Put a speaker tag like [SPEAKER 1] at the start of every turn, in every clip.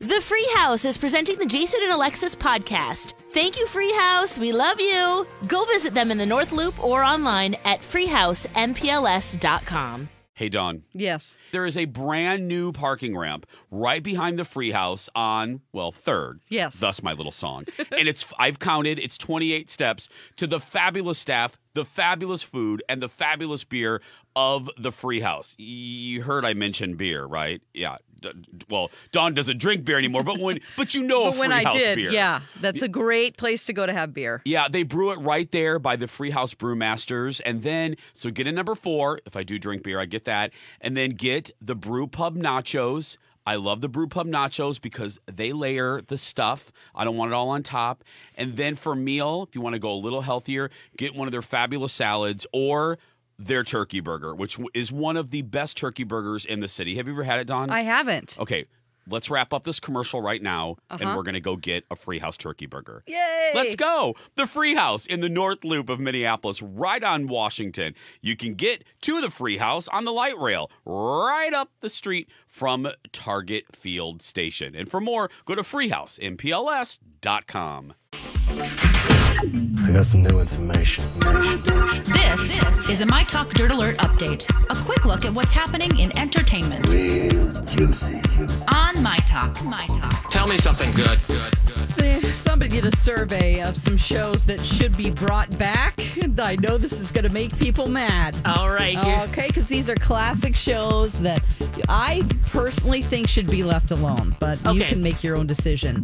[SPEAKER 1] The Free House is presenting the Jason and Alexis podcast. Thank you, Free House. We love you. Go visit them in the North Loop or online at freehousempls.com.
[SPEAKER 2] Hey, Don.
[SPEAKER 3] Yes.
[SPEAKER 2] There is a brand new parking ramp right behind the free house on, well, third.
[SPEAKER 3] Yes.
[SPEAKER 2] Thus my little song. and it's I've counted, it's 28 steps to the fabulous staff, the fabulous food, and the fabulous beer of the free house. You heard I mentioned beer, right? Yeah. D- d- well, Don doesn't drink beer anymore, but when but you know a
[SPEAKER 4] Oh,
[SPEAKER 3] But when
[SPEAKER 2] free
[SPEAKER 3] I
[SPEAKER 2] house
[SPEAKER 3] did,
[SPEAKER 2] beer.
[SPEAKER 3] yeah, that's a great place to go to have beer.
[SPEAKER 2] Yeah, they brew it right there by the Freehouse Brewmasters. And then, so get a number four. If I do drink beer, I get that. And then get the Brew Pub Nachos. I love the Brew Pub Nachos because they layer the stuff. I don't want it all on top. And then for meal, if you want to go a little healthier, get one of their fabulous salads or their turkey burger, which w- is one of the best turkey burgers in the city. Have you ever had it, Don?
[SPEAKER 3] I haven't.
[SPEAKER 2] Okay, let's wrap up this commercial right now, and we're gonna go get a free house turkey burger.
[SPEAKER 3] Yay!
[SPEAKER 2] Let's go! The free house in the North Loop of Minneapolis, right on Washington. You can get to the free house on the light rail, right up the street from Target Field Station. And for more, go to freehousempls.com.
[SPEAKER 5] I got some new information.
[SPEAKER 6] This is a My Talk Dirt Alert update. A quick look at what's happening in entertainment. Real juicy. On My Talk. My Talk.
[SPEAKER 4] Tell me something good.
[SPEAKER 7] They- Somebody did a survey of some shows that should be brought back. And I know this is going to make people mad.
[SPEAKER 4] All right, here.
[SPEAKER 7] Okay, because these are classic shows that I personally think should be left alone, but you
[SPEAKER 4] Okay.
[SPEAKER 7] can make your own decision.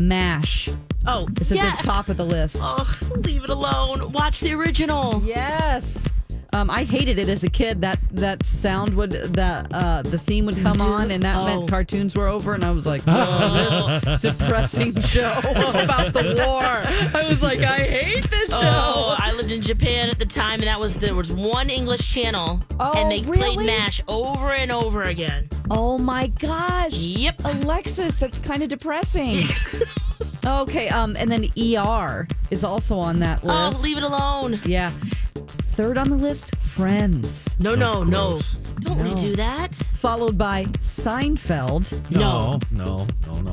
[SPEAKER 7] MASH
[SPEAKER 4] Oh,
[SPEAKER 7] is
[SPEAKER 4] yeah. Oh,
[SPEAKER 7] at the top of the list.
[SPEAKER 6] Oh.
[SPEAKER 4] Ugh, leave it alone. Watch the original.
[SPEAKER 7] Yes. Um, I hated it as a kid. That that sound would that uh, the theme would come on, and that
[SPEAKER 4] Oh.
[SPEAKER 7] meant cartoons were over. And I was like, oh, this depressing show about the war. I was like, I hate this show.
[SPEAKER 1] Oh, I lived in Japan at the time, and that was there was one English channel,
[SPEAKER 7] Oh,
[SPEAKER 1] and they played
[SPEAKER 7] really?
[SPEAKER 1] Mash over and over again.
[SPEAKER 7] Oh my gosh.
[SPEAKER 1] Yep.
[SPEAKER 7] Alexis, that's kind of depressing. okay. Um, and then ER is also on that
[SPEAKER 1] Oh,
[SPEAKER 7] list.
[SPEAKER 1] leave it alone.
[SPEAKER 7] yeah. Third on the list, Friends,
[SPEAKER 1] No, no, no. Don't redo that.
[SPEAKER 7] followed by Seinfeld.
[SPEAKER 8] No, no, no, no,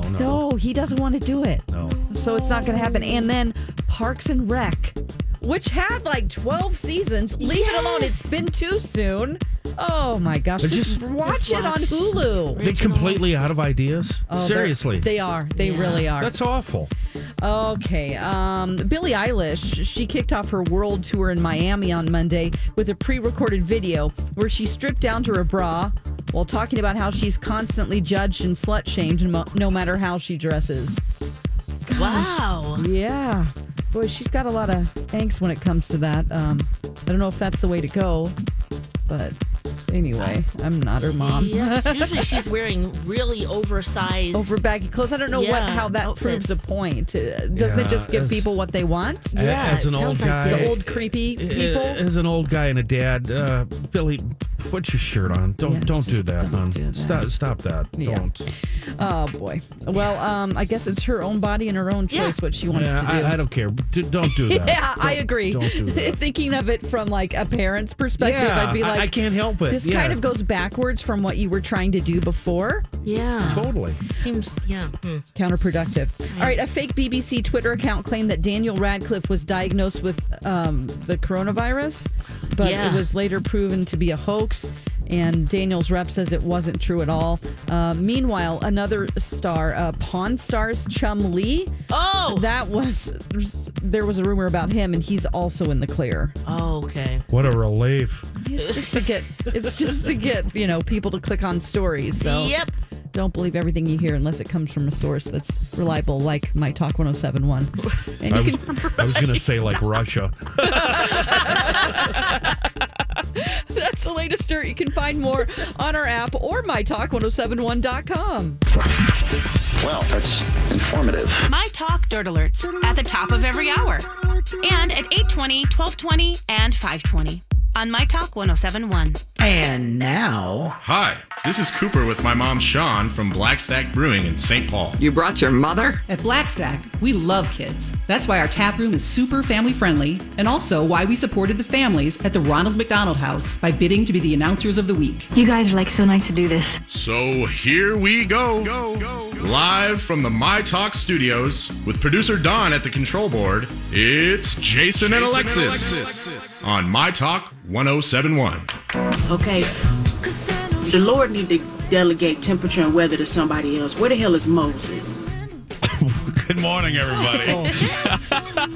[SPEAKER 7] No,
[SPEAKER 8] no.
[SPEAKER 7] he doesn't want to do it.
[SPEAKER 8] No.
[SPEAKER 7] So it's not going to happen. And then Parks and Rec, which had like 12 seasons. Leave it alone. It's been too soon. Oh my gosh.
[SPEAKER 8] They're
[SPEAKER 7] Just,
[SPEAKER 8] just-
[SPEAKER 7] watch it on Hulu.
[SPEAKER 8] They completely out of ideas?
[SPEAKER 7] Oh, they're-
[SPEAKER 8] Seriously.
[SPEAKER 7] They are. They really are.
[SPEAKER 8] That's awful.
[SPEAKER 7] Okay. Um, Billie Eilish, she kicked off her world tour in Miami on Monday with a pre recorded video where she stripped down to her bra while talking about how she's constantly judged and slut shamed no no matter how she dresses.
[SPEAKER 1] Wow.
[SPEAKER 7] Yeah. Boy, she's got a lot of angst when it comes to that. Um, I don't know if that's the way to go, but anyway, I'm not her mom.
[SPEAKER 1] Yeah. Usually she's wearing really oversized.
[SPEAKER 7] Over baggy clothes. I don't know what
[SPEAKER 1] Yeah,
[SPEAKER 7] how that proves
[SPEAKER 1] outfits.
[SPEAKER 7] a point. Uh, Doesn't
[SPEAKER 8] Yeah,
[SPEAKER 7] it just give
[SPEAKER 8] it's-
[SPEAKER 7] people what they want?
[SPEAKER 8] A-
[SPEAKER 1] Yeah,
[SPEAKER 8] as
[SPEAKER 1] it
[SPEAKER 8] an old
[SPEAKER 1] sounds like
[SPEAKER 8] guy,
[SPEAKER 1] it.
[SPEAKER 7] The old creepy
[SPEAKER 8] a-
[SPEAKER 7] people.
[SPEAKER 8] uh, As an old guy and a dad, uh, Billy, put your shirt on. Don't
[SPEAKER 7] Yeah,
[SPEAKER 8] don't do
[SPEAKER 7] just
[SPEAKER 8] that,
[SPEAKER 7] don't
[SPEAKER 8] hon.
[SPEAKER 7] do that.
[SPEAKER 8] Stop stop that.
[SPEAKER 7] Yeah.
[SPEAKER 8] Don't.
[SPEAKER 7] Oh boy. Well, um, I guess it's her own body and her own
[SPEAKER 1] Yeah.
[SPEAKER 7] choice what she wants
[SPEAKER 8] Yeah,
[SPEAKER 7] to do.
[SPEAKER 8] I, I don't care. D- don't do that.
[SPEAKER 7] yeah, I
[SPEAKER 8] Don't-
[SPEAKER 7] agree.
[SPEAKER 8] Don't do that.
[SPEAKER 7] Thinking of it from like a parent's perspective,
[SPEAKER 8] Yeah,
[SPEAKER 7] I'd be
[SPEAKER 8] I-
[SPEAKER 7] like,
[SPEAKER 8] I can't help it.
[SPEAKER 7] This
[SPEAKER 8] Yeah.
[SPEAKER 7] kind of goes backwards from what you were trying to do before.
[SPEAKER 1] Yeah.
[SPEAKER 8] Totally.
[SPEAKER 1] Seems, yeah. Hmm.
[SPEAKER 7] counterproductive.
[SPEAKER 1] Mm.
[SPEAKER 7] All right, a fake BBC Twitter account claimed that Daniel Radcliffe was diagnosed with um, the coronavirus, but
[SPEAKER 1] Yeah.
[SPEAKER 7] it was later proven to be a hoax. And Daniel's rep says it wasn't true at all. Uh, meanwhile, another star, uh, Pawn Stars Chum Lee,
[SPEAKER 1] Oh.
[SPEAKER 7] that was there was a rumor about him, and he's also in the clear.
[SPEAKER 1] oh, okay.
[SPEAKER 8] What a relief.
[SPEAKER 7] It's just to get it's just to get you know people to click on stories. So
[SPEAKER 1] Yep.
[SPEAKER 7] don't believe everything you hear unless it comes from a source that's reliable, like My Talk 1071. And
[SPEAKER 8] I
[SPEAKER 7] you
[SPEAKER 8] was,
[SPEAKER 7] can,
[SPEAKER 8] I was gonna say like Russia.
[SPEAKER 7] that's the latest dirt. You can find more on our app or mytalk1071.com.
[SPEAKER 5] Well, that's informative.
[SPEAKER 6] My Talk Dirt Alerts at the top of every hour.
[SPEAKER 9] and at 820, 1220, and 520 on My Talk 1071.
[SPEAKER 10] And now.
[SPEAKER 4] Hi, this is Cooper with my mom, Sean, from Blackstack Brewing in St. Paul.
[SPEAKER 11] You brought your mother?
[SPEAKER 5] At Blackstack, we love kids. That's why our tap room is super family friendly, and also why we supported the families at the Ronald McDonald House by bidding to be the announcers of the week.
[SPEAKER 12] You guys are like so nice to do this.
[SPEAKER 4] So here we go. Go, go, go. Live from the My Talk studios with producer Don at the control board, it's Jason, and, Alexis on My Talk 1071.
[SPEAKER 6] Okay. The Lord need to delegate temperature and weather to somebody else. Where the hell is Moses?
[SPEAKER 2] Good morning,
[SPEAKER 8] Oh.
[SPEAKER 2] everybody.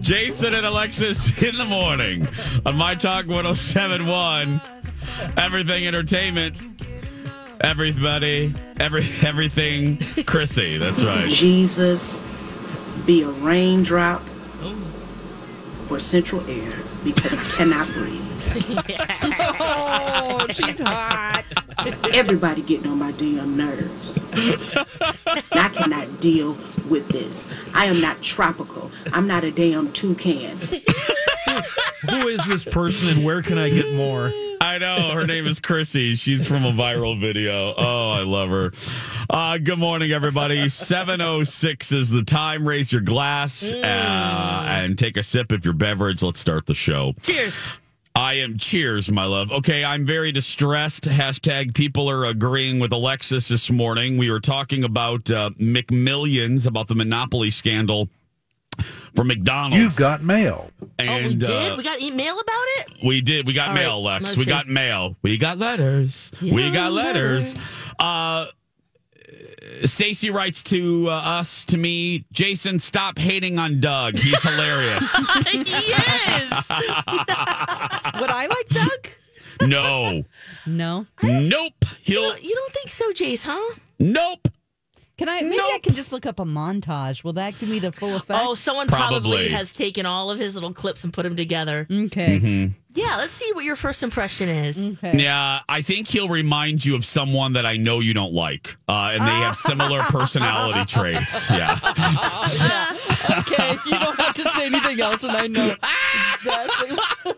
[SPEAKER 2] Jason and Alexis in the morning on My Talk 1071. Everything entertainment. Everybody, every everything Chrissy. That's right.
[SPEAKER 6] Jesus, be a raindrop or central air because I cannot breathe.
[SPEAKER 7] oh, she's hot.
[SPEAKER 6] Everybody getting on my damn nerves. I cannot deal with this. I am not tropical. I'm not a damn toucan.
[SPEAKER 8] Who is this person and where can I get more?
[SPEAKER 2] I know her name is Chrissy. She's from a viral video. Oh, I love her. Uh, good morning, everybody. Seven oh six is the time. Raise your glass uh,
[SPEAKER 1] Mm.
[SPEAKER 2] and take a sip of your beverage. Let's start the show.
[SPEAKER 13] Cheers.
[SPEAKER 2] I am cheers, my love. Okay, I'm very distressed. Hashtag people are agreeing with Alexis this morning. We were talking about uh, McMillions, about the monopoly scandal for
[SPEAKER 8] You
[SPEAKER 2] McDonald's.
[SPEAKER 8] got mail.
[SPEAKER 2] and,
[SPEAKER 1] Oh, We did?
[SPEAKER 2] uh,
[SPEAKER 1] we got email about it?
[SPEAKER 2] we did. We got
[SPEAKER 1] All
[SPEAKER 2] mail,
[SPEAKER 1] right,
[SPEAKER 2] Lex.
[SPEAKER 1] let's
[SPEAKER 2] We
[SPEAKER 1] see.
[SPEAKER 2] got mail. We got letters. we got letters. Uh, Stacy writes to uh, us, to me, Jason, stop hating on Doug. He's hilarious.
[SPEAKER 1] yes.
[SPEAKER 7] Would I like Doug?
[SPEAKER 2] no.
[SPEAKER 7] No.
[SPEAKER 2] Nope.
[SPEAKER 1] You
[SPEAKER 2] He'll.
[SPEAKER 1] don't, you don't think so, Jace, huh?
[SPEAKER 2] Nope.
[SPEAKER 14] Can I? Maybe I can just look up a montage. Will that give me the full effect?
[SPEAKER 1] Oh, someone probably.
[SPEAKER 2] Probably.
[SPEAKER 1] has taken all of his little clips and put them together.
[SPEAKER 14] Okay.
[SPEAKER 1] Yeah, let's see what your first impression is.
[SPEAKER 2] Yeah, I think he'll remind you of someone that I know you don't like, uh, and they have similar personality traits. Yeah,
[SPEAKER 14] okay. You don't have to say anything else, and I know.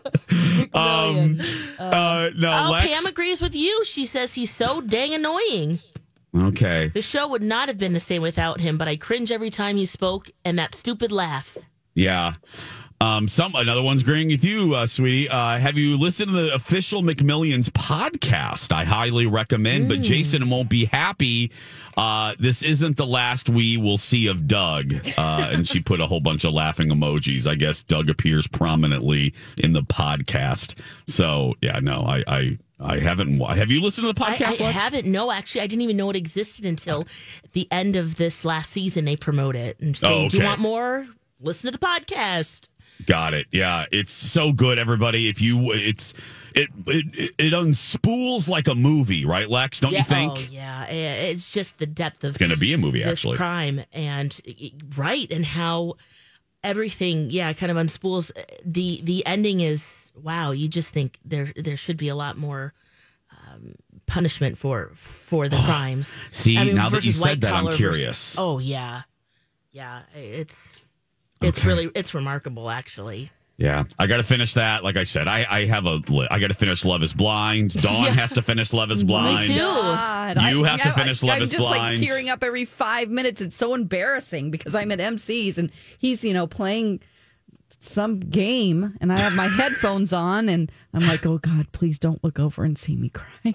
[SPEAKER 2] um, uh, no,
[SPEAKER 1] oh,
[SPEAKER 2] Lex.
[SPEAKER 1] Pam agrees with you. She says he's so dang annoying.
[SPEAKER 2] Okay,
[SPEAKER 1] The show would not have been the same without him, but I cringe every time he spoke and that stupid laugh.
[SPEAKER 2] yeah. Um, some another one's agreeing with you, uh, sweetie. Uh, have you listened to the official McMillions podcast? I highly recommend.
[SPEAKER 1] Hmm.
[SPEAKER 2] But Jason won't be happy. Uh, this isn't the last we will see of Doug. Uh, and she put a whole bunch of laughing emojis. I guess Doug appears prominently in the podcast. So yeah, no, I I, I haven't. wa- Have you listened to the
[SPEAKER 1] I, I
[SPEAKER 2] podcast? Lex?
[SPEAKER 1] haven't. No, actually, I didn't even know it existed until the end of this last season. They promote it and say,
[SPEAKER 2] Oh,
[SPEAKER 1] "Do you
[SPEAKER 2] okay.
[SPEAKER 1] want more? Listen to the podcast."
[SPEAKER 2] Got it. Yeah, it's so good, everybody. If you, it's it it it unspools like a movie, right, Lex? Don't
[SPEAKER 1] Yeah,
[SPEAKER 2] you think?
[SPEAKER 1] Oh, yeah, I- it's just the depth of
[SPEAKER 2] It's gonna be a movie,
[SPEAKER 1] this
[SPEAKER 2] actually.
[SPEAKER 1] crime and e, right and how everything yeah kind of unspools Uh, the the ending is wow you just think there there should be a lot more um, punishment for for the crimes
[SPEAKER 2] Oh, See, now that you
[SPEAKER 1] versus
[SPEAKER 2] said that, I'm
[SPEAKER 1] white-collar
[SPEAKER 2] curious.
[SPEAKER 1] oh yeah yeah it's it's really it's remarkable actually
[SPEAKER 2] Yeah, I got to finish that. Like I said, I I have a li- I got to finish Love Is Blind. Dawn has to finish Love Is Blind.
[SPEAKER 1] too.
[SPEAKER 7] God,
[SPEAKER 2] You have to finish Love
[SPEAKER 7] I'm
[SPEAKER 2] is
[SPEAKER 7] just
[SPEAKER 2] Blind.
[SPEAKER 7] like tearing up every five minutes. It's so embarrassing because I'm at MC's and he's, you know, playing some game and I have my headphones on and I'm like, oh God, please don't look over and see me cry.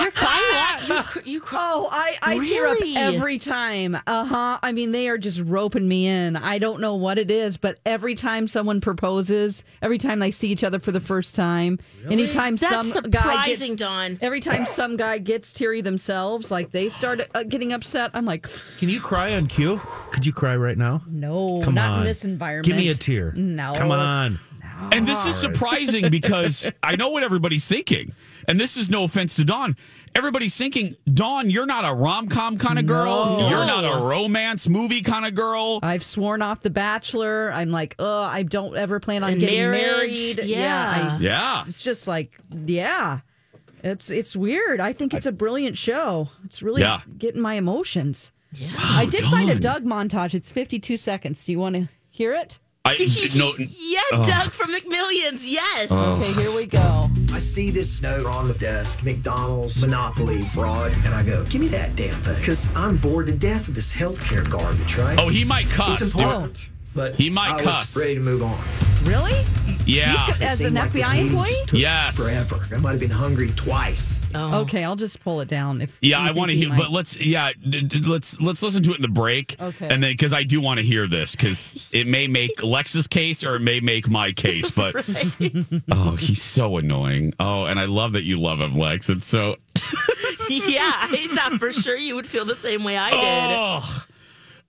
[SPEAKER 1] you're crying a lot. you, cr- you cry
[SPEAKER 7] Oh, I, I tear up
[SPEAKER 1] Really?
[SPEAKER 7] every time. Uh huh. I mean, they are just roping me in. I don't know what it is, but every time someone proposes, every time they see each other for the first time, anytime
[SPEAKER 1] that's
[SPEAKER 7] some guy
[SPEAKER 1] surprising
[SPEAKER 7] gets,
[SPEAKER 1] don
[SPEAKER 7] every time some guy gets teary themselves, like they start uh, getting upset, I'm like,
[SPEAKER 8] Can you cry on cue? Could you cry right now?
[SPEAKER 7] no,
[SPEAKER 8] Come
[SPEAKER 7] not
[SPEAKER 8] on.
[SPEAKER 7] in this environment.
[SPEAKER 8] Give me a tear.
[SPEAKER 7] No.
[SPEAKER 8] Come on.
[SPEAKER 2] And this is surprising because I know what everybody's thinking. And this is no offense to Dawn. Everybody's thinking, Dawn, you're not a rom com kind of girl.
[SPEAKER 7] No.
[SPEAKER 2] You're not a romance movie kind of girl.
[SPEAKER 1] Uh,
[SPEAKER 7] I've sworn off The Bachelor. I'm like, oh, I don't ever plan on
[SPEAKER 1] And
[SPEAKER 7] getting
[SPEAKER 1] marriage,
[SPEAKER 7] married.
[SPEAKER 1] yeah.
[SPEAKER 7] I-
[SPEAKER 2] Yeah.
[SPEAKER 7] It's just like, yeah. It's it's weird. I think it's a brilliant show. It's really
[SPEAKER 2] Yeah.
[SPEAKER 7] getting my emotions. I did find a
[SPEAKER 2] Dawn.
[SPEAKER 7] Doug montage. It's 52 seconds. Do you want to
[SPEAKER 15] Hear it?
[SPEAKER 2] I no.
[SPEAKER 1] Yeah,
[SPEAKER 2] Oh.
[SPEAKER 1] Doug from McMillions. Yes.
[SPEAKER 2] Oh.
[SPEAKER 15] Okay, here we go.
[SPEAKER 5] I see this note on the desk, McDonald's, Monopoly, fraud, and I go, give me that damn thing. Because I'm bored to death with this healthcare garbage, right?
[SPEAKER 2] Oh, he might cuss.
[SPEAKER 5] It's
[SPEAKER 2] Do it.
[SPEAKER 5] important. But
[SPEAKER 2] He might
[SPEAKER 5] I
[SPEAKER 2] cuss.
[SPEAKER 5] was ready to move on.
[SPEAKER 15] Really?
[SPEAKER 2] Yeah.
[SPEAKER 15] He's got- as
[SPEAKER 5] It
[SPEAKER 15] an
[SPEAKER 5] seemed like this
[SPEAKER 15] FBI
[SPEAKER 5] meeting
[SPEAKER 15] employee?
[SPEAKER 5] just oh. took
[SPEAKER 2] Yes.
[SPEAKER 5] Forever. I might have been hungry twice.
[SPEAKER 15] Okay, I'll just pull it down. If
[SPEAKER 2] Yeah,
[SPEAKER 15] you
[SPEAKER 2] I
[SPEAKER 15] think
[SPEAKER 2] want to
[SPEAKER 15] he
[SPEAKER 2] hear,
[SPEAKER 15] might.
[SPEAKER 2] but let's yeah, d- d- let's let's listen to it in the break,
[SPEAKER 15] Okay.
[SPEAKER 2] And then because I do want to hear this because it may make Lex's case or it may make my case, but oh, he's so annoying. Oh, and I love that you love him, Lex. It's so
[SPEAKER 1] yeah, I thought for sure you would feel the same way I did.
[SPEAKER 2] oh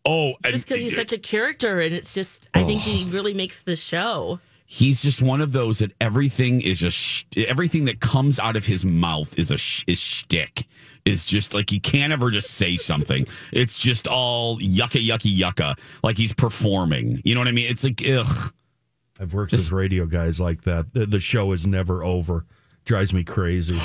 [SPEAKER 2] oh, and
[SPEAKER 1] Just because he's such a character, and it's just, I think he really makes the show.
[SPEAKER 2] he's just one of those that everything is just sh- everything that comes out of his mouth is a sh- is shtick. Is just like he can't ever just say something. It's just all yucka yucka yucka. Like he's performing. You know what I mean? It's like ugh.
[SPEAKER 8] I've worked with radio guys like that. The, the show is never over. Drives me crazy.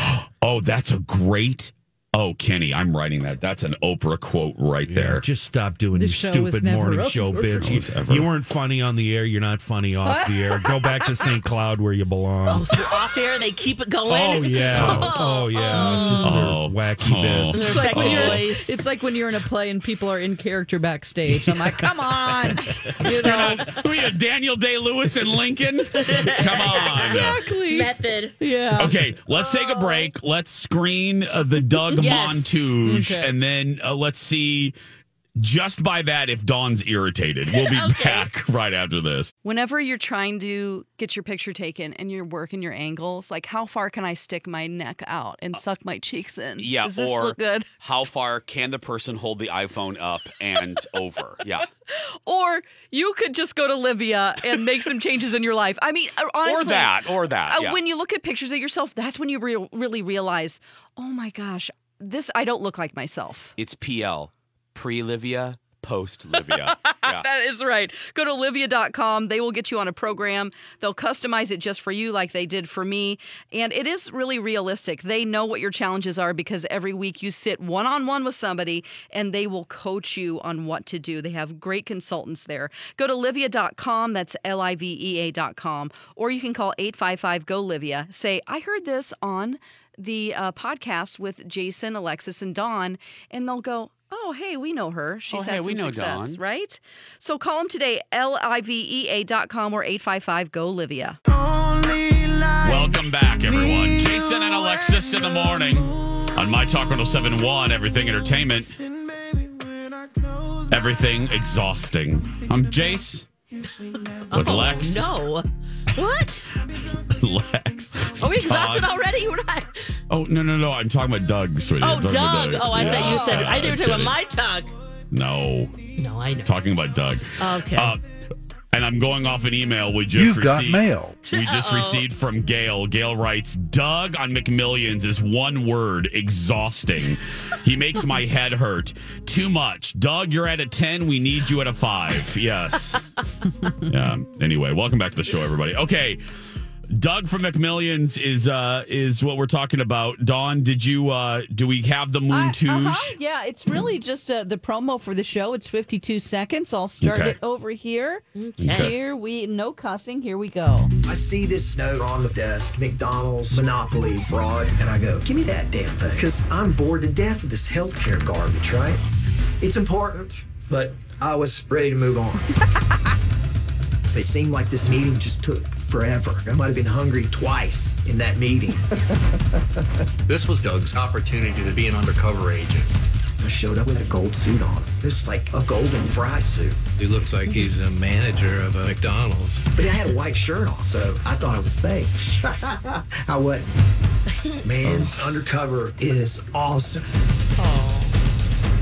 [SPEAKER 2] Oh, that's a great. Oh, Kenny, I'm writing that. That's an Oprah quote right there.
[SPEAKER 8] Just stop doing
[SPEAKER 2] The
[SPEAKER 8] your
[SPEAKER 2] show is
[SPEAKER 8] stupid
[SPEAKER 2] never
[SPEAKER 8] morning
[SPEAKER 2] over.
[SPEAKER 8] show, bitch.
[SPEAKER 2] It was
[SPEAKER 8] You,
[SPEAKER 2] ever.
[SPEAKER 8] you weren't funny on the air. You're not funny off the air. Go back to St. Cloud where you
[SPEAKER 2] Oh,
[SPEAKER 8] belong.
[SPEAKER 1] So off air, they keep it
[SPEAKER 8] Oh,
[SPEAKER 1] going.
[SPEAKER 8] yeah. Oh, yeah. Just their
[SPEAKER 2] Oh.
[SPEAKER 8] wacky
[SPEAKER 2] Oh.
[SPEAKER 8] bits.
[SPEAKER 15] It's like, when
[SPEAKER 1] Perfect
[SPEAKER 15] you're-
[SPEAKER 1] voice.
[SPEAKER 15] it's like when you're in a play and people are in character backstage. I'm like, come on. You know,
[SPEAKER 2] we have Daniel Day Lewis and Lincoln. Come on.
[SPEAKER 15] exactly.
[SPEAKER 1] Method.
[SPEAKER 15] Yeah.
[SPEAKER 2] Okay, let's take a break. Let's screen uh, the Doug
[SPEAKER 1] Yes.
[SPEAKER 2] Montage,
[SPEAKER 1] Okay.
[SPEAKER 2] and then uh, let's see just by that if Dawn's irritated. We'll be back right after this.
[SPEAKER 7] Whenever you're trying to get your picture taken and you're working your angles, like how far can I stick my neck out and suck my cheeks in?
[SPEAKER 16] Yeah,
[SPEAKER 7] Does this
[SPEAKER 16] or
[SPEAKER 7] look good?
[SPEAKER 16] how far can the person hold the iPhone up and over? Yeah.
[SPEAKER 7] Or you could just go to Libya and make some changes in your life. I mean, uh, honestly,
[SPEAKER 16] that, or that,
[SPEAKER 7] uh,
[SPEAKER 16] yeah.
[SPEAKER 7] When you look at pictures of yourself, that's when you re- really realize, oh my gosh, this I don't look like myself.
[SPEAKER 16] It's PL, pre Livia, post Livia.
[SPEAKER 7] that is right. Go to Livia.com. They will get you on a program. They'll customize it just for you, like they did for me. And it is really realistic. They know what your challenges are because every week you sit one on one with somebody and they will coach you on what to do. They have great consultants there. Go to Livia.com. That's L I V E A.com. Or you can call 855 GO Livia. Say, I heard this on the uh, podcast with Jason, Alexis, and Dawn. And they'll go, Oh, hey, we know her. She's
[SPEAKER 16] Oh,
[SPEAKER 7] had
[SPEAKER 16] hey,
[SPEAKER 7] some
[SPEAKER 16] we know
[SPEAKER 7] success,
[SPEAKER 16] Dawn.
[SPEAKER 7] right? So call them today, L-I-V-E-A E dot com or 855-GO-LIVIA.
[SPEAKER 2] Welcome back, everyone. Jason and Alexis in the morning on My Talk 1071, Everything Entertainment. Everything exhausting. I'm Jace with
[SPEAKER 1] Oh,
[SPEAKER 2] Lex.
[SPEAKER 1] No. What?
[SPEAKER 2] Lex.
[SPEAKER 1] Are we exhausted
[SPEAKER 2] Todd.
[SPEAKER 1] already? We're not.
[SPEAKER 2] Oh, no, no, no. I'm talking about Doug, sweetie.
[SPEAKER 1] Oh,
[SPEAKER 2] I'm talking about
[SPEAKER 1] Doug. Oh, I thought you said. I thought you were talking about my talk.
[SPEAKER 2] No. No,
[SPEAKER 1] I know.
[SPEAKER 2] Talking about Doug.
[SPEAKER 1] Okay.
[SPEAKER 2] Uh, and I'm going off an email we just
[SPEAKER 4] You've got
[SPEAKER 2] received.
[SPEAKER 4] mail.
[SPEAKER 2] We just
[SPEAKER 1] Uh-oh.
[SPEAKER 2] received from Gail. Gail writes, Doug on McMillions is one word, exhausting. he makes my head hurt. Too much. Doug, you're at a 10. We need you at a 5. Yes. yeah. Anyway, welcome back to the show, everybody. Okay. Doug from McMillions is uh is what we're talking about. Dawn, did you uh do we have the moon touche?
[SPEAKER 15] Uh-huh. Yeah, it's really just uh, the promo for the show. It's 52 seconds. I'll start
[SPEAKER 2] Okay.
[SPEAKER 15] it over here.
[SPEAKER 2] Okay.
[SPEAKER 15] Here we no cussing. Here we go.
[SPEAKER 5] I see this note on the desk, McDonald's, Monopoly, fraud, and I go, give me that damn thing. Because I'm bored to death with this healthcare garbage, right? It's important, but I was ready to move on. it seemed like this meeting just took forever. I might have been hungry twice in that meeting.
[SPEAKER 4] This was Doug's opportunity to be an undercover agent.
[SPEAKER 5] I showed up with a gold suit on. This is like a golden fry suit.
[SPEAKER 4] He looks like he's a manager of a McDonald's.
[SPEAKER 5] But I had a white shirt on, so I thought I was safe. I wasn't. Man, undercover is awesome.